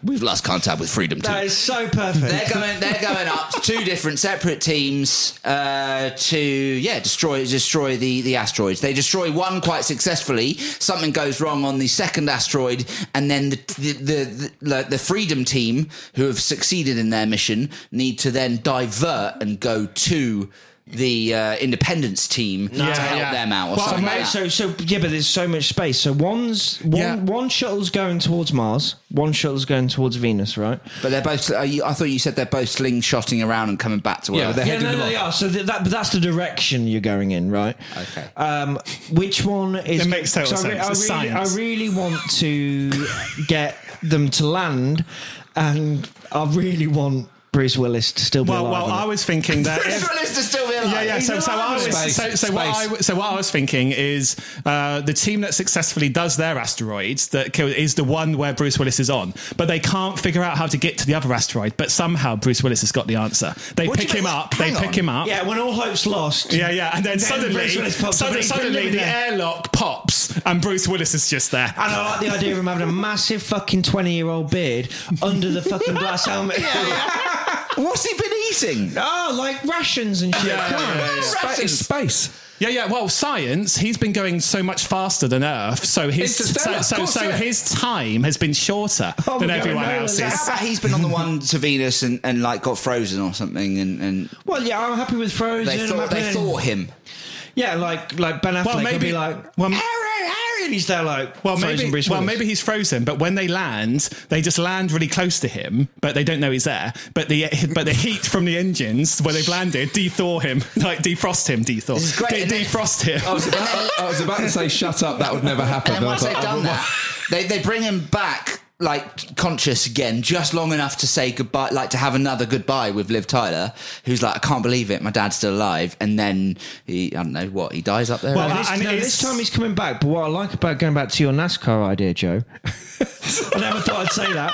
[SPEAKER 3] We've lost contact with Freedom two.
[SPEAKER 2] That is so perfect.
[SPEAKER 3] They're going. They're going up. to Two different separate teams uh, to yeah destroy destroy the the asteroids. They destroy one quite successfully. Something goes wrong on the second asteroid, and then the the the, the, the Freedom team who have succeeded in their mission need to then divert and go to the uh, Independence team
[SPEAKER 4] Yeah,
[SPEAKER 3] to help
[SPEAKER 4] yeah.
[SPEAKER 3] them out or
[SPEAKER 4] Well,
[SPEAKER 3] something.
[SPEAKER 2] Mate,
[SPEAKER 3] Like that.
[SPEAKER 2] so so yeah, but there's so much space. So one's one
[SPEAKER 4] Yeah.
[SPEAKER 2] one shuttle's going towards Mars, one shuttle's going towards Venus, right?
[SPEAKER 3] But they're both. Are you, I thought you said they're both slingshotting around and coming back to where
[SPEAKER 1] Yeah,
[SPEAKER 3] they're
[SPEAKER 1] yeah,
[SPEAKER 2] yeah,
[SPEAKER 1] heading
[SPEAKER 2] no,
[SPEAKER 1] them
[SPEAKER 2] no,
[SPEAKER 1] off.
[SPEAKER 2] they are. So th- that, but that's the direction you're going in, right?
[SPEAKER 3] Okay.
[SPEAKER 2] Um, which one is?
[SPEAKER 4] It makes total
[SPEAKER 2] I re-
[SPEAKER 4] sense. It's
[SPEAKER 2] I, really,
[SPEAKER 4] science.
[SPEAKER 2] I really want to get them to land, and I really want Bruce Willis to still be
[SPEAKER 4] Well,
[SPEAKER 2] alive.
[SPEAKER 4] well, I
[SPEAKER 2] on it.
[SPEAKER 4] was thinking that.
[SPEAKER 3] Chris
[SPEAKER 4] if-
[SPEAKER 3] Willis is still alive.
[SPEAKER 4] yeah, yeah. So, so, I was,
[SPEAKER 1] Space,
[SPEAKER 4] so, so what
[SPEAKER 1] space.
[SPEAKER 4] I, w- so what I was thinking is uh, the team that successfully does their asteroids that kill, is the one where Bruce Willis is on, but they can't figure out how to get to the other asteroid. But somehow Bruce Willis has got the answer. They
[SPEAKER 3] What do
[SPEAKER 4] pick
[SPEAKER 3] you
[SPEAKER 4] him
[SPEAKER 3] mean?
[SPEAKER 4] up.
[SPEAKER 3] Hang
[SPEAKER 4] they pick
[SPEAKER 3] on.
[SPEAKER 4] him up.
[SPEAKER 2] yeah, when all hope's lost.
[SPEAKER 4] Yeah, yeah, and then, suddenly,
[SPEAKER 2] Bruce Willis pops up.
[SPEAKER 4] suddenly,
[SPEAKER 2] He's been
[SPEAKER 4] suddenly
[SPEAKER 2] living
[SPEAKER 4] the
[SPEAKER 2] there.
[SPEAKER 4] airlock pops, and Bruce Willis is just there.
[SPEAKER 2] And I like the idea of him having a massive fucking 20 year old beard under the fucking glass helmet.
[SPEAKER 3] What's he been eating?
[SPEAKER 2] Oh, like rations and shit.
[SPEAKER 4] Yeah,
[SPEAKER 2] Come on.
[SPEAKER 4] yeah, yeah,
[SPEAKER 1] Spa- it's space.
[SPEAKER 4] Yeah, yeah. Well, science. He's been going so much faster than Earth, so his so
[SPEAKER 1] Interstellar,
[SPEAKER 4] so,
[SPEAKER 1] of course,
[SPEAKER 4] so
[SPEAKER 1] yeah.
[SPEAKER 4] his time has been shorter
[SPEAKER 2] Oh, we're
[SPEAKER 4] than
[SPEAKER 2] going
[SPEAKER 4] everyone
[SPEAKER 2] nowhere.
[SPEAKER 4] else's.
[SPEAKER 3] So how about he's been on the one to Venus and, and like got frozen or something and, and
[SPEAKER 2] Well, yeah, I'm happy with Frozen.
[SPEAKER 3] they
[SPEAKER 2] I'm
[SPEAKER 3] thought
[SPEAKER 2] happy
[SPEAKER 3] they
[SPEAKER 2] with-
[SPEAKER 3] thought him.
[SPEAKER 2] Yeah, like like Ben Affleck
[SPEAKER 4] Well,
[SPEAKER 2] would
[SPEAKER 4] maybe-
[SPEAKER 2] be like,
[SPEAKER 4] well,
[SPEAKER 2] well,
[SPEAKER 4] m-
[SPEAKER 2] Harry, Harry, and he's there like,
[SPEAKER 4] Well,
[SPEAKER 2] Frozen
[SPEAKER 4] maybe
[SPEAKER 2] Bruce
[SPEAKER 4] well
[SPEAKER 2] Willis.
[SPEAKER 4] maybe he's frozen, but when they land, they just land really close to him, but they don't know he's there. But the but the heat from the engines where they've landed dethaw him, like defrost him, dethaw,
[SPEAKER 3] This is great,
[SPEAKER 4] De-
[SPEAKER 3] isn't it? Oh.
[SPEAKER 4] defrost him.
[SPEAKER 1] I was, about, I was about to say, shut up. That would never happen.
[SPEAKER 3] And then
[SPEAKER 1] I was
[SPEAKER 3] once
[SPEAKER 1] like,
[SPEAKER 3] they've done
[SPEAKER 1] oh,
[SPEAKER 3] that, they, they bring him back like conscious again just long enough to say goodbye, like to have another goodbye with Liv Tyler, who's like, I can't believe it, my dad's still alive, and then he, I don't know what, he dies up there.
[SPEAKER 4] Well,
[SPEAKER 3] I
[SPEAKER 4] I-
[SPEAKER 3] guess?
[SPEAKER 2] This,
[SPEAKER 4] And
[SPEAKER 2] no,
[SPEAKER 4] it's-
[SPEAKER 2] this time he's coming back. But what I like about going back to your NASCAR idea, Joe, I never thought I'd say that.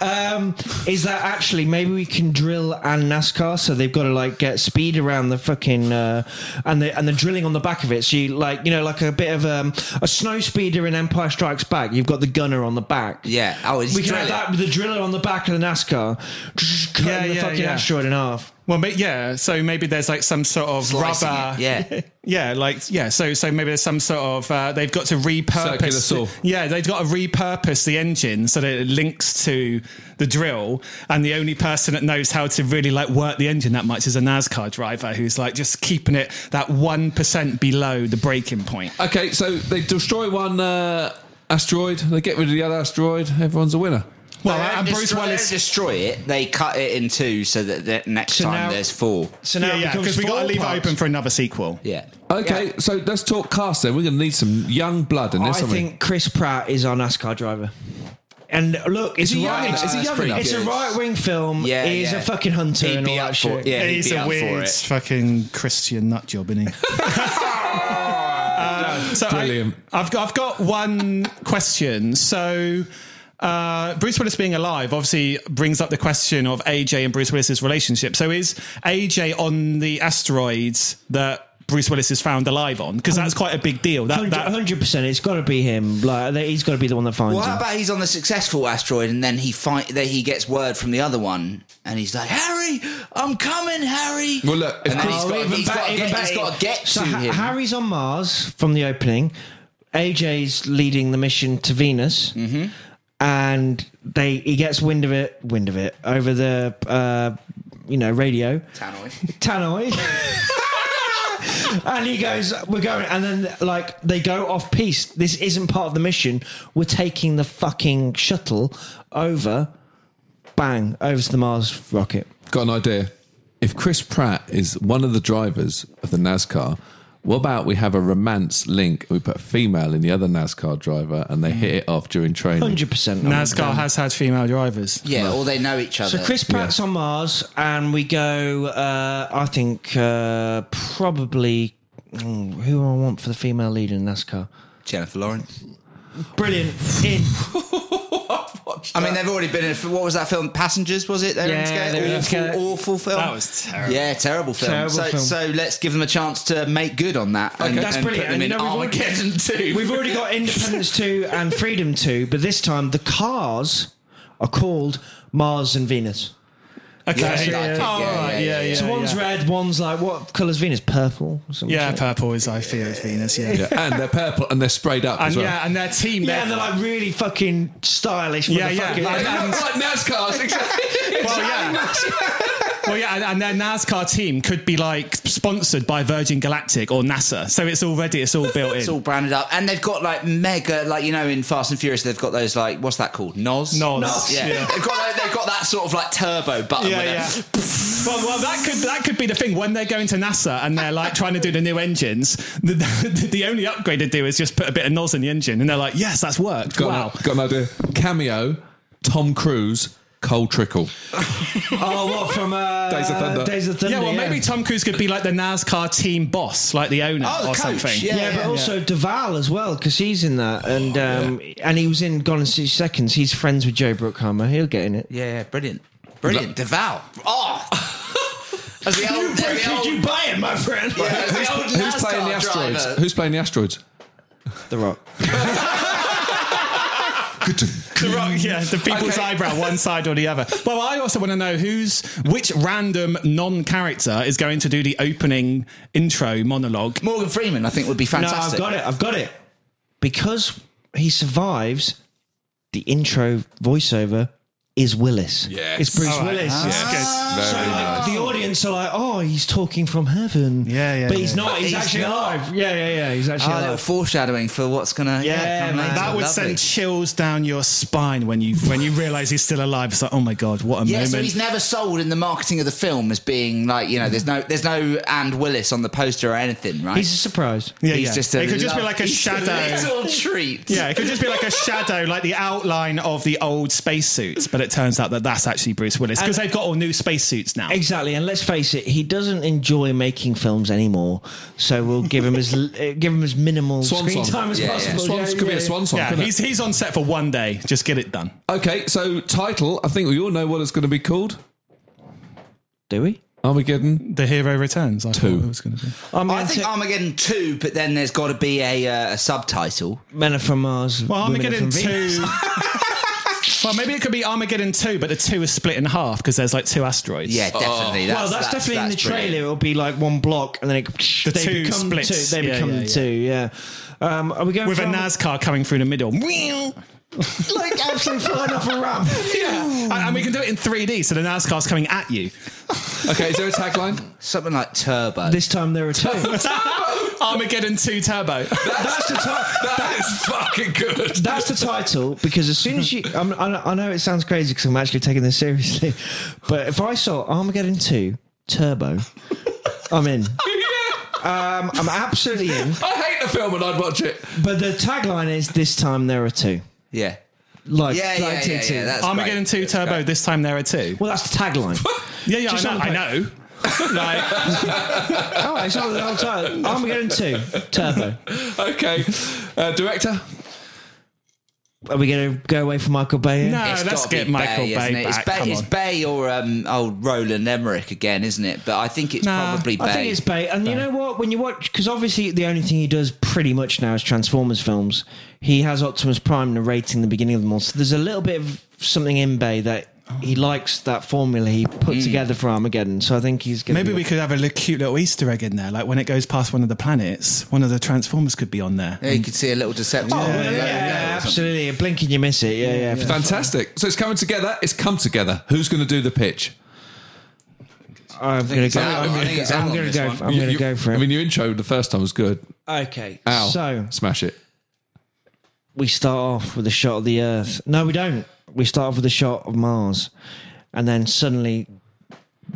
[SPEAKER 2] Um, is that actually maybe we can drill and NASCAR, so they've got to like get speed around the fucking uh, and the and the drilling on the back of it. So you like you know like a bit of um, a snow speeder in Empire Strikes Back. You've got the gunner on the back.
[SPEAKER 3] yeah, oh, it's
[SPEAKER 2] we can have
[SPEAKER 3] brilliant.
[SPEAKER 2] that with the driller on the back of the NASCAR, cutting
[SPEAKER 4] Yeah,
[SPEAKER 2] the
[SPEAKER 4] yeah,
[SPEAKER 2] fucking
[SPEAKER 4] yeah.
[SPEAKER 2] asteroid in half.
[SPEAKER 4] Well, ma- yeah. So maybe there's like some sort of
[SPEAKER 3] Slicing
[SPEAKER 4] rubber.
[SPEAKER 3] it, yeah.
[SPEAKER 4] yeah, like yeah. So so maybe there's some sort of uh, they've got to repurpose.
[SPEAKER 1] Circular saw.
[SPEAKER 4] Yeah, they've got to repurpose the engine so that it links to the drill. And the only person that knows how to really like work the engine that much is a NASCAR driver who's like just keeping it that one percent below the breaking point.
[SPEAKER 1] Okay, so they destroy one uh, asteroid, they get rid of the other asteroid, everyone's a winner.
[SPEAKER 4] Well,
[SPEAKER 3] They don't
[SPEAKER 4] and Bruce
[SPEAKER 3] destroy, they don't
[SPEAKER 4] Willis.
[SPEAKER 3] destroy it. They cut it in two so that, that next
[SPEAKER 2] So
[SPEAKER 3] time
[SPEAKER 2] now-
[SPEAKER 3] there's four.
[SPEAKER 2] So now
[SPEAKER 4] Yeah,
[SPEAKER 2] it
[SPEAKER 4] yeah,
[SPEAKER 2] becomes
[SPEAKER 4] because we got to
[SPEAKER 2] four
[SPEAKER 4] leave it
[SPEAKER 2] parts.
[SPEAKER 4] open for another sequel.
[SPEAKER 3] Yeah.
[SPEAKER 1] Okay, so let's talk cast then. We're going to need some young blood in this.
[SPEAKER 2] I
[SPEAKER 1] aren't we?
[SPEAKER 2] think Chris Pratt is our NASCAR driver. And look, it's
[SPEAKER 1] he
[SPEAKER 2] a
[SPEAKER 1] young
[SPEAKER 2] right,
[SPEAKER 1] enough? Is he young enough?
[SPEAKER 2] It's a
[SPEAKER 3] Good.
[SPEAKER 2] right wing film.
[SPEAKER 3] Yeah,
[SPEAKER 2] he's
[SPEAKER 3] yeah.
[SPEAKER 2] a fucking hunter
[SPEAKER 3] He'd
[SPEAKER 2] and all
[SPEAKER 3] be
[SPEAKER 2] that
[SPEAKER 3] up for
[SPEAKER 2] shit.
[SPEAKER 3] it. Yeah, he'd
[SPEAKER 4] He's
[SPEAKER 3] be
[SPEAKER 4] a
[SPEAKER 3] up for
[SPEAKER 4] weird
[SPEAKER 3] it.
[SPEAKER 4] fucking Christian nut job, isn't he? Uh, so
[SPEAKER 1] Brilliant.
[SPEAKER 4] I, have got, I've got one question. So. Uh, Bruce Willis being alive obviously brings up the question of AJ and Bruce Willis's relationship. So is AJ on the asteroids that Bruce Willis is found alive on? Because that's quite a big deal. That, that,
[SPEAKER 2] Hundred percent, it's got to be him. Like they- he's got to be the one that finds
[SPEAKER 3] Well, how
[SPEAKER 2] him.
[SPEAKER 3] about he's on the successful asteroid and then he find that he gets word from the other one and he's like, Harry, I'm coming, Harry.
[SPEAKER 1] Well, look, if
[SPEAKER 3] and then
[SPEAKER 1] Chris-
[SPEAKER 3] he's
[SPEAKER 1] Oh,
[SPEAKER 3] got,
[SPEAKER 1] even
[SPEAKER 3] he's
[SPEAKER 1] better,
[SPEAKER 3] got to
[SPEAKER 1] even
[SPEAKER 3] get, he's
[SPEAKER 1] better.
[SPEAKER 3] got to get
[SPEAKER 2] So
[SPEAKER 3] to
[SPEAKER 2] Ha-
[SPEAKER 3] him.
[SPEAKER 2] Harry's on Mars from the opening. AJ's leading the mission to Venus,
[SPEAKER 3] Mm-hmm.
[SPEAKER 2] and they he gets wind of it, wind of it over the uh, you know radio.
[SPEAKER 3] Tannoy.
[SPEAKER 2] tannoy. and he goes, We're going. And then, like, they go off piste. This isn't part of the mission. We're taking the fucking shuttle over. Bang, over to the Mars rocket.
[SPEAKER 1] Got an idea. If Chris Pratt is one of the drivers of the NASCAR, what about we have a romance link? We put a female in the other NASCAR driver and they hit it off during training.
[SPEAKER 2] 100%.
[SPEAKER 4] NASCAR has had female drivers.
[SPEAKER 3] Yeah, or they know each other.
[SPEAKER 2] So Chris Pratt's on Mars, and we go. Uh, I think uh, probably mm, who I want for the female lead in NASCAR.
[SPEAKER 3] Jennifer Lawrence.
[SPEAKER 2] Brilliant. In
[SPEAKER 3] I mean, they've already been in. What was that film? Passengers, was it? They were in
[SPEAKER 2] Yeah,
[SPEAKER 3] together.
[SPEAKER 2] they were in
[SPEAKER 3] awful,
[SPEAKER 2] together.
[SPEAKER 3] awful film.
[SPEAKER 4] That was terrible.
[SPEAKER 3] Yeah, terrible film.
[SPEAKER 2] Terrible
[SPEAKER 3] so,
[SPEAKER 2] film.
[SPEAKER 3] so let's give them a chance to make good on that. And,
[SPEAKER 2] That's
[SPEAKER 3] and
[SPEAKER 2] brilliant.
[SPEAKER 3] Put
[SPEAKER 2] And
[SPEAKER 3] them in
[SPEAKER 2] you know, we've already-
[SPEAKER 3] Armageddon too.
[SPEAKER 2] We've already got Independence 2 and Freedom 2, but this time the cars are called Mars and Venus.
[SPEAKER 4] Okay.
[SPEAKER 3] Yeah, yeah, yeah,
[SPEAKER 4] Oh,
[SPEAKER 3] yeah,
[SPEAKER 4] right,
[SPEAKER 3] yeah,
[SPEAKER 4] yeah,
[SPEAKER 3] yeah.
[SPEAKER 4] yeah,
[SPEAKER 2] So one's
[SPEAKER 4] yeah.
[SPEAKER 2] red, one's like, what colour's Venus? Purple? or something.
[SPEAKER 4] Yeah, purple is I feel is Venus. Yeah.
[SPEAKER 1] Yeah, and they're purple and they're sprayed up
[SPEAKER 4] And
[SPEAKER 1] as well.
[SPEAKER 4] yeah, and their team.
[SPEAKER 2] Yeah,
[SPEAKER 4] their-
[SPEAKER 2] and they're like really fucking stylish.
[SPEAKER 4] Yeah,
[SPEAKER 2] Yeah,
[SPEAKER 4] yeah.
[SPEAKER 2] yeah.
[SPEAKER 4] Like-
[SPEAKER 1] They look like NASCARs, exactly.
[SPEAKER 4] well, yeah. well, yeah, and, and their NASCAR team could be like sponsored by Virgin Galactic or NASA. So it's already it's all built in.
[SPEAKER 3] It's all branded up, and they've got like mega, like you know, in Fast and Furious, they've got those like what's that called? Nos.
[SPEAKER 4] Nos,
[SPEAKER 3] Yeah.
[SPEAKER 4] yeah.
[SPEAKER 3] they've got like, they've got that sort of like turbo button.
[SPEAKER 4] yeah,
[SPEAKER 3] where
[SPEAKER 4] yeah.
[SPEAKER 3] they're-
[SPEAKER 4] well, well, that could that could be the thing when they're going to NASA and they're like trying to do the new engines. The, the, the only upgrade to do is just put a bit of nos in the engine, and they're like, "Yes, that's worked."
[SPEAKER 1] Got,
[SPEAKER 4] wow.
[SPEAKER 1] an, got an idea. Cameo, Tom Cruise, Cole Trickle.
[SPEAKER 2] Oh, what, from uh,
[SPEAKER 1] Days of Thunder.
[SPEAKER 2] Days of Thunder,
[SPEAKER 4] Yeah, well, maybe Tom Cruise could be like the NASCAR team boss, like the owner
[SPEAKER 3] Oh, the
[SPEAKER 4] or
[SPEAKER 3] coach,
[SPEAKER 4] something.
[SPEAKER 3] yeah.
[SPEAKER 2] Yeah, but also Duval as well because he's in that, and um, and he was in Gone in sixty seconds. He's friends with Joe Brookhammer. He'll get in it.
[SPEAKER 3] yeah, yeah, brilliant, brilliant, devout. Oh, as the old, as the old,
[SPEAKER 2] buy it, my friend?
[SPEAKER 3] yeah, as the old
[SPEAKER 1] Who's playing the
[SPEAKER 3] NASCAR
[SPEAKER 1] asteroids?
[SPEAKER 3] driver.
[SPEAKER 1] Who's playing the asteroids?
[SPEAKER 2] The Rock.
[SPEAKER 4] The rock, yeah, the people's
[SPEAKER 1] Okay.
[SPEAKER 4] eyebrow, one side or the other. Well, I also want to know who's which random non-character is going to do the opening intro monologue.
[SPEAKER 3] Morgan Freeman, I think, would be
[SPEAKER 2] No, I've
[SPEAKER 3] fantastic.
[SPEAKER 2] got it. I've got it. Because he survives, the intro voiceover is Willis.
[SPEAKER 1] Yes.
[SPEAKER 2] It's Bruce
[SPEAKER 4] All right.
[SPEAKER 2] Willis.
[SPEAKER 4] Ah. Yes.
[SPEAKER 2] So
[SPEAKER 1] Very
[SPEAKER 2] like,
[SPEAKER 1] nice.
[SPEAKER 2] the audience are like, oh, he's talking from heaven.
[SPEAKER 4] Yeah, yeah,
[SPEAKER 2] But he's
[SPEAKER 4] yeah.
[SPEAKER 2] not. He's,
[SPEAKER 3] He's
[SPEAKER 2] actually
[SPEAKER 3] not.
[SPEAKER 2] alive. Yeah, yeah, yeah. He's actually
[SPEAKER 3] Ah, a little
[SPEAKER 2] alive.
[SPEAKER 3] foreshadowing for what's gonna.
[SPEAKER 2] Yeah,
[SPEAKER 3] come
[SPEAKER 2] man.
[SPEAKER 3] later.
[SPEAKER 4] That would
[SPEAKER 3] Lovely.
[SPEAKER 4] send chills down your spine when you when you realise he's still alive. It's like, oh my god, what a
[SPEAKER 3] Yeah,
[SPEAKER 4] moment!
[SPEAKER 3] so he's never sold in the marketing of the film as being like you know, there's no there's no and Willis on the poster or anything, right?
[SPEAKER 2] He's a surprise.
[SPEAKER 4] yeah,
[SPEAKER 3] He's
[SPEAKER 4] yeah.
[SPEAKER 3] just a
[SPEAKER 4] it could just be
[SPEAKER 3] lo-
[SPEAKER 4] like a
[SPEAKER 3] he's
[SPEAKER 4] shadow.
[SPEAKER 3] little treat.
[SPEAKER 4] Yeah, it could just be like a shadow, like the outline of the old spacesuits. But it turns out that that's actually Bruce Willis because
[SPEAKER 2] And-
[SPEAKER 4] they've got all new spacesuits now.
[SPEAKER 2] Exactly, and let's face it, he doesn't enjoy making films anymore. So we'll give him as l- uh, give him as minimal
[SPEAKER 1] Swan
[SPEAKER 2] screen
[SPEAKER 1] song.
[SPEAKER 2] time as
[SPEAKER 3] Yeah, yeah.
[SPEAKER 2] possible.
[SPEAKER 1] Swan-
[SPEAKER 2] Yeah,
[SPEAKER 1] could be
[SPEAKER 2] yeah,
[SPEAKER 1] a
[SPEAKER 2] yeah.
[SPEAKER 1] swan song.
[SPEAKER 4] Yeah,
[SPEAKER 1] couldn't it?
[SPEAKER 4] he's he's on set for one day. Just get it done.
[SPEAKER 1] Okay, so title, I think we all know what it's going to be called.
[SPEAKER 2] Do we?
[SPEAKER 1] Armageddon.
[SPEAKER 4] The hero returns. I
[SPEAKER 1] Two.
[SPEAKER 4] thought it was going to be.
[SPEAKER 2] I'm
[SPEAKER 3] I think Armageddon two, but then there's got to be a, uh, a subtitle.
[SPEAKER 2] Men are from Mars.
[SPEAKER 4] Well,
[SPEAKER 2] Women Are
[SPEAKER 4] Armageddon
[SPEAKER 2] from Venus.
[SPEAKER 4] two. well, maybe it could be Armageddon two, but the two is split in half because there's like two asteroids.
[SPEAKER 3] Yeah, definitely. That's,
[SPEAKER 2] well, that's, definitely in the
[SPEAKER 3] that's
[SPEAKER 2] trailer.
[SPEAKER 3] brilliant.
[SPEAKER 2] It'll be like one block, and then it,
[SPEAKER 4] The
[SPEAKER 2] they
[SPEAKER 4] two
[SPEAKER 2] become
[SPEAKER 4] splits.
[SPEAKER 2] two. They
[SPEAKER 4] Yeah,
[SPEAKER 2] become
[SPEAKER 4] yeah, yeah.
[SPEAKER 2] two. Yeah. Um, are we going
[SPEAKER 4] with a
[SPEAKER 2] for
[SPEAKER 4] NASCAR coming through the middle.
[SPEAKER 2] like absolutely flying off a ramp?
[SPEAKER 4] And, and we can do it in 3D, so the NASCAR's coming at you.
[SPEAKER 1] Okay, is there a tagline?
[SPEAKER 3] Something like Turbo.
[SPEAKER 2] This time there are two. That's
[SPEAKER 4] Armageddon 2
[SPEAKER 2] the
[SPEAKER 4] Turbo.
[SPEAKER 2] ti-
[SPEAKER 1] That is fucking good.
[SPEAKER 2] That's the title because as soon as you, I'm, I know- I know it sounds crazy because I'm actually taking this seriously, but if I saw Armageddon two Turbo, I'm in. Um, I'm absolutely in.
[SPEAKER 1] I hate the film and I'd watch it.
[SPEAKER 2] But the tagline is this time there are two.
[SPEAKER 3] yeah.
[SPEAKER 2] Like,
[SPEAKER 3] Yeah, yeah,
[SPEAKER 2] like
[SPEAKER 3] yeah,
[SPEAKER 2] two, two.
[SPEAKER 3] yeah, that's-
[SPEAKER 4] Armageddon
[SPEAKER 3] great.
[SPEAKER 4] 2
[SPEAKER 3] That's
[SPEAKER 4] Turbo,
[SPEAKER 3] great.
[SPEAKER 4] this time there are two.
[SPEAKER 2] well, that's the tagline.
[SPEAKER 4] Yeah, yeah, I
[SPEAKER 2] Just
[SPEAKER 4] know.
[SPEAKER 2] on
[SPEAKER 4] I
[SPEAKER 2] the
[SPEAKER 4] know. like,
[SPEAKER 2] oh, it's not the whole title. Armageddon two Turbo.
[SPEAKER 1] Okay, uh, director.
[SPEAKER 2] Are we going to go away from Michael Bay? here?
[SPEAKER 4] no,
[SPEAKER 3] It's
[SPEAKER 4] let's
[SPEAKER 3] gotta be
[SPEAKER 4] get Michael
[SPEAKER 3] Bay,
[SPEAKER 4] Bay,
[SPEAKER 3] isn't it?
[SPEAKER 4] back.
[SPEAKER 3] It's
[SPEAKER 4] Come
[SPEAKER 3] Bay, it's
[SPEAKER 4] on.
[SPEAKER 3] Bay or um, old Roland Emmerich again, isn't it? But I think it's
[SPEAKER 4] Nah,
[SPEAKER 3] probably Bay.
[SPEAKER 2] I think it's Bay. And you know what? When you watch, because obviously the only thing he does pretty much now is Transformers films. He has Optimus Prime narrating the beginning of them all. So there's a little bit of something in Bay that he likes that formula he put
[SPEAKER 3] Mm.
[SPEAKER 2] together for Armageddon. So I think he's going
[SPEAKER 4] Maybe we could have a li- cute little Easter egg in there. Like when it goes past one of the planets, one of the Transformers could be on there.
[SPEAKER 3] Yeah, you could see a little deception.
[SPEAKER 2] Oh, yeah, absolutely. A blink and you miss it. Yeah, yeah.
[SPEAKER 1] Fantastic. So it's coming together. It's come together. Who's going to do the pitch?
[SPEAKER 2] I'm going to go.
[SPEAKER 3] Alan.
[SPEAKER 2] I'm
[SPEAKER 3] I think
[SPEAKER 2] gonna
[SPEAKER 3] it's
[SPEAKER 2] go- I'm
[SPEAKER 3] Alan
[SPEAKER 2] going
[SPEAKER 3] this
[SPEAKER 2] to go.
[SPEAKER 3] one.
[SPEAKER 2] I'm
[SPEAKER 1] You-
[SPEAKER 2] going to
[SPEAKER 1] you-
[SPEAKER 2] go for it.
[SPEAKER 1] I mean, your intro the first time was good.
[SPEAKER 2] okay.
[SPEAKER 1] Ow.
[SPEAKER 2] So
[SPEAKER 1] smash it.
[SPEAKER 2] we start off with a shot of the Earth. No, we don't. We start off with a shot of Mars, and then suddenly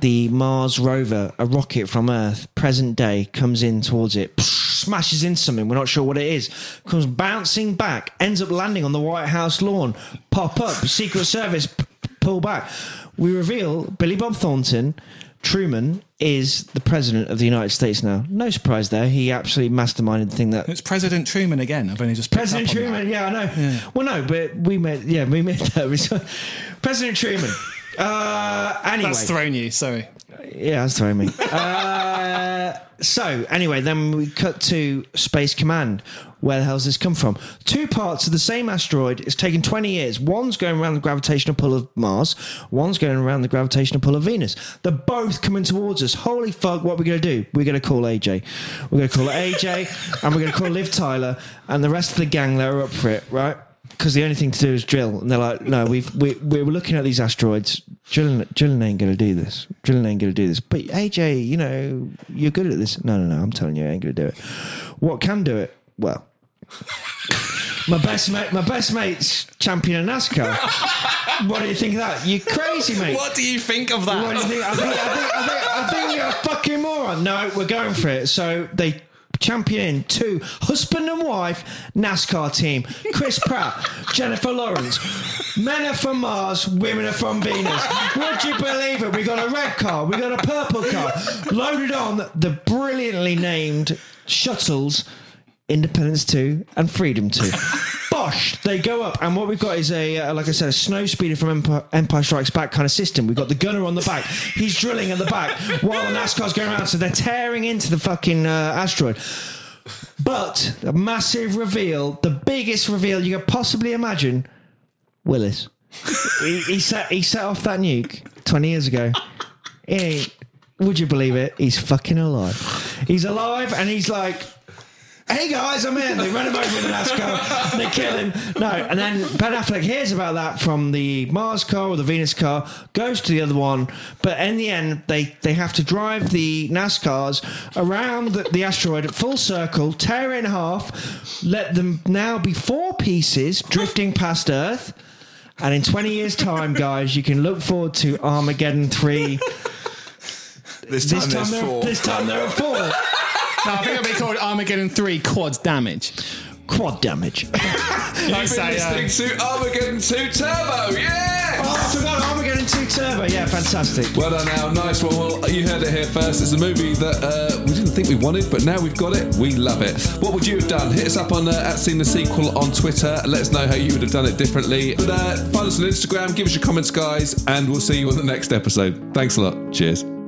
[SPEAKER 2] the Mars rover, a rocket from Earth, present day, comes in towards it, smashes into something. We're not sure what it is. Comes bouncing back, ends up landing on the White House lawn. Pop up, Secret Service p- pull back. We reveal Billy Bob Thornton. Truman is the president of the United States now. No surprise there. He absolutely masterminded the thing that
[SPEAKER 4] It's President Truman again. I've only just picked
[SPEAKER 2] President
[SPEAKER 4] up on that.
[SPEAKER 2] Truman, yeah, I know. Well, no, but we made, yeah, we made that. result. President Truman. Uh, anyway,
[SPEAKER 4] That's thrown you. Sorry.
[SPEAKER 2] yeah, that's throwing me. uh, so anyway, then we cut to Space Command. Where the hell's this come from? Two parts of the same asteroid. It's taken twenty years. One's going around the gravitational pull of Mars. One's going around the gravitational pull of Venus. They're both coming towards us. Holy fuck! What are we gonna do? We're gonna call AJ. We're gonna call AJ, and we're gonna call Liv Tyler and the rest of the gang that are up for it, right? because the only thing to do is drill, and they're like, "No, we've we, we were looking at these asteroids. Drilling, drilling ain't gonna do this. Drilling ain't gonna do this." But AJ, you know, you're good at this. No, no, no. I'm telling you, I ain't gonna do it. What can do it? Well, my best mate, my best mate's champion of NASCAR. what do you think of that? You crazy mate?
[SPEAKER 4] What do you think of
[SPEAKER 2] What do you
[SPEAKER 4] that?
[SPEAKER 2] think? I think, I think, I think, I think you're a fucking moron. No, we're going for it. So they champion two husband and wife NASCAR team Chris Pratt, Jennifer Lawrence. Men are from Mars, women are from Venus. Would you believe it? We got a red car, we got a purple car, loaded on the brilliantly named shuttles. Independence 2 and Freedom 2. Bosh! They go up, and what we've got is a, uh, like I said, a snow speeder from Empire, Empire Strikes Back kind of system. We've got the gunner on the back. He's drilling at the back while the NASCAR's going around, so they're tearing into the fucking uh, asteroid. But a massive reveal, the biggest reveal you could possibly imagine Willis. he, he, set, he set off that nuke 20 years ago. He ain't- would you believe it? He's fucking alive. He's alive, and he's like, hey guys, I'm in. They run him over with an Asco. They kill him. No, and then Ben Affleck hears about that from the Mars car or the Venus car, goes to the other one, but in the end, they, they have to drive the NASCARs around the, the asteroid at full circle, tear it in half, let them now be four pieces drifting past Earth. And in 20 years' time, guys, you can look forward to Armageddon 3.
[SPEAKER 3] This time,
[SPEAKER 2] This time,
[SPEAKER 3] there's
[SPEAKER 2] they're,
[SPEAKER 3] four.
[SPEAKER 2] this time they're at four.
[SPEAKER 4] No, I think it'll be called Armageddon 3 Quads Damage.
[SPEAKER 2] Quad damage.
[SPEAKER 4] Like
[SPEAKER 1] You've been
[SPEAKER 4] say, uh,
[SPEAKER 1] listening to Armageddon 2 Turbo, yeah!
[SPEAKER 2] Oh, I forgot Armageddon 2 Turbo. Yeah, fantastic.
[SPEAKER 1] Well done, Al. Nice one. Well, you heard it here first. It's a movie that uh, we didn't think we wanted, but now we've got it. We love it. What would you have done? Hit us up on uh, at Seen the Sequel on Twitter. Let us know how you would have done it differently. But uh, find us on Instagram. Give us your comments, guys, and we'll see you on the next episode. Thanks a lot. Cheers.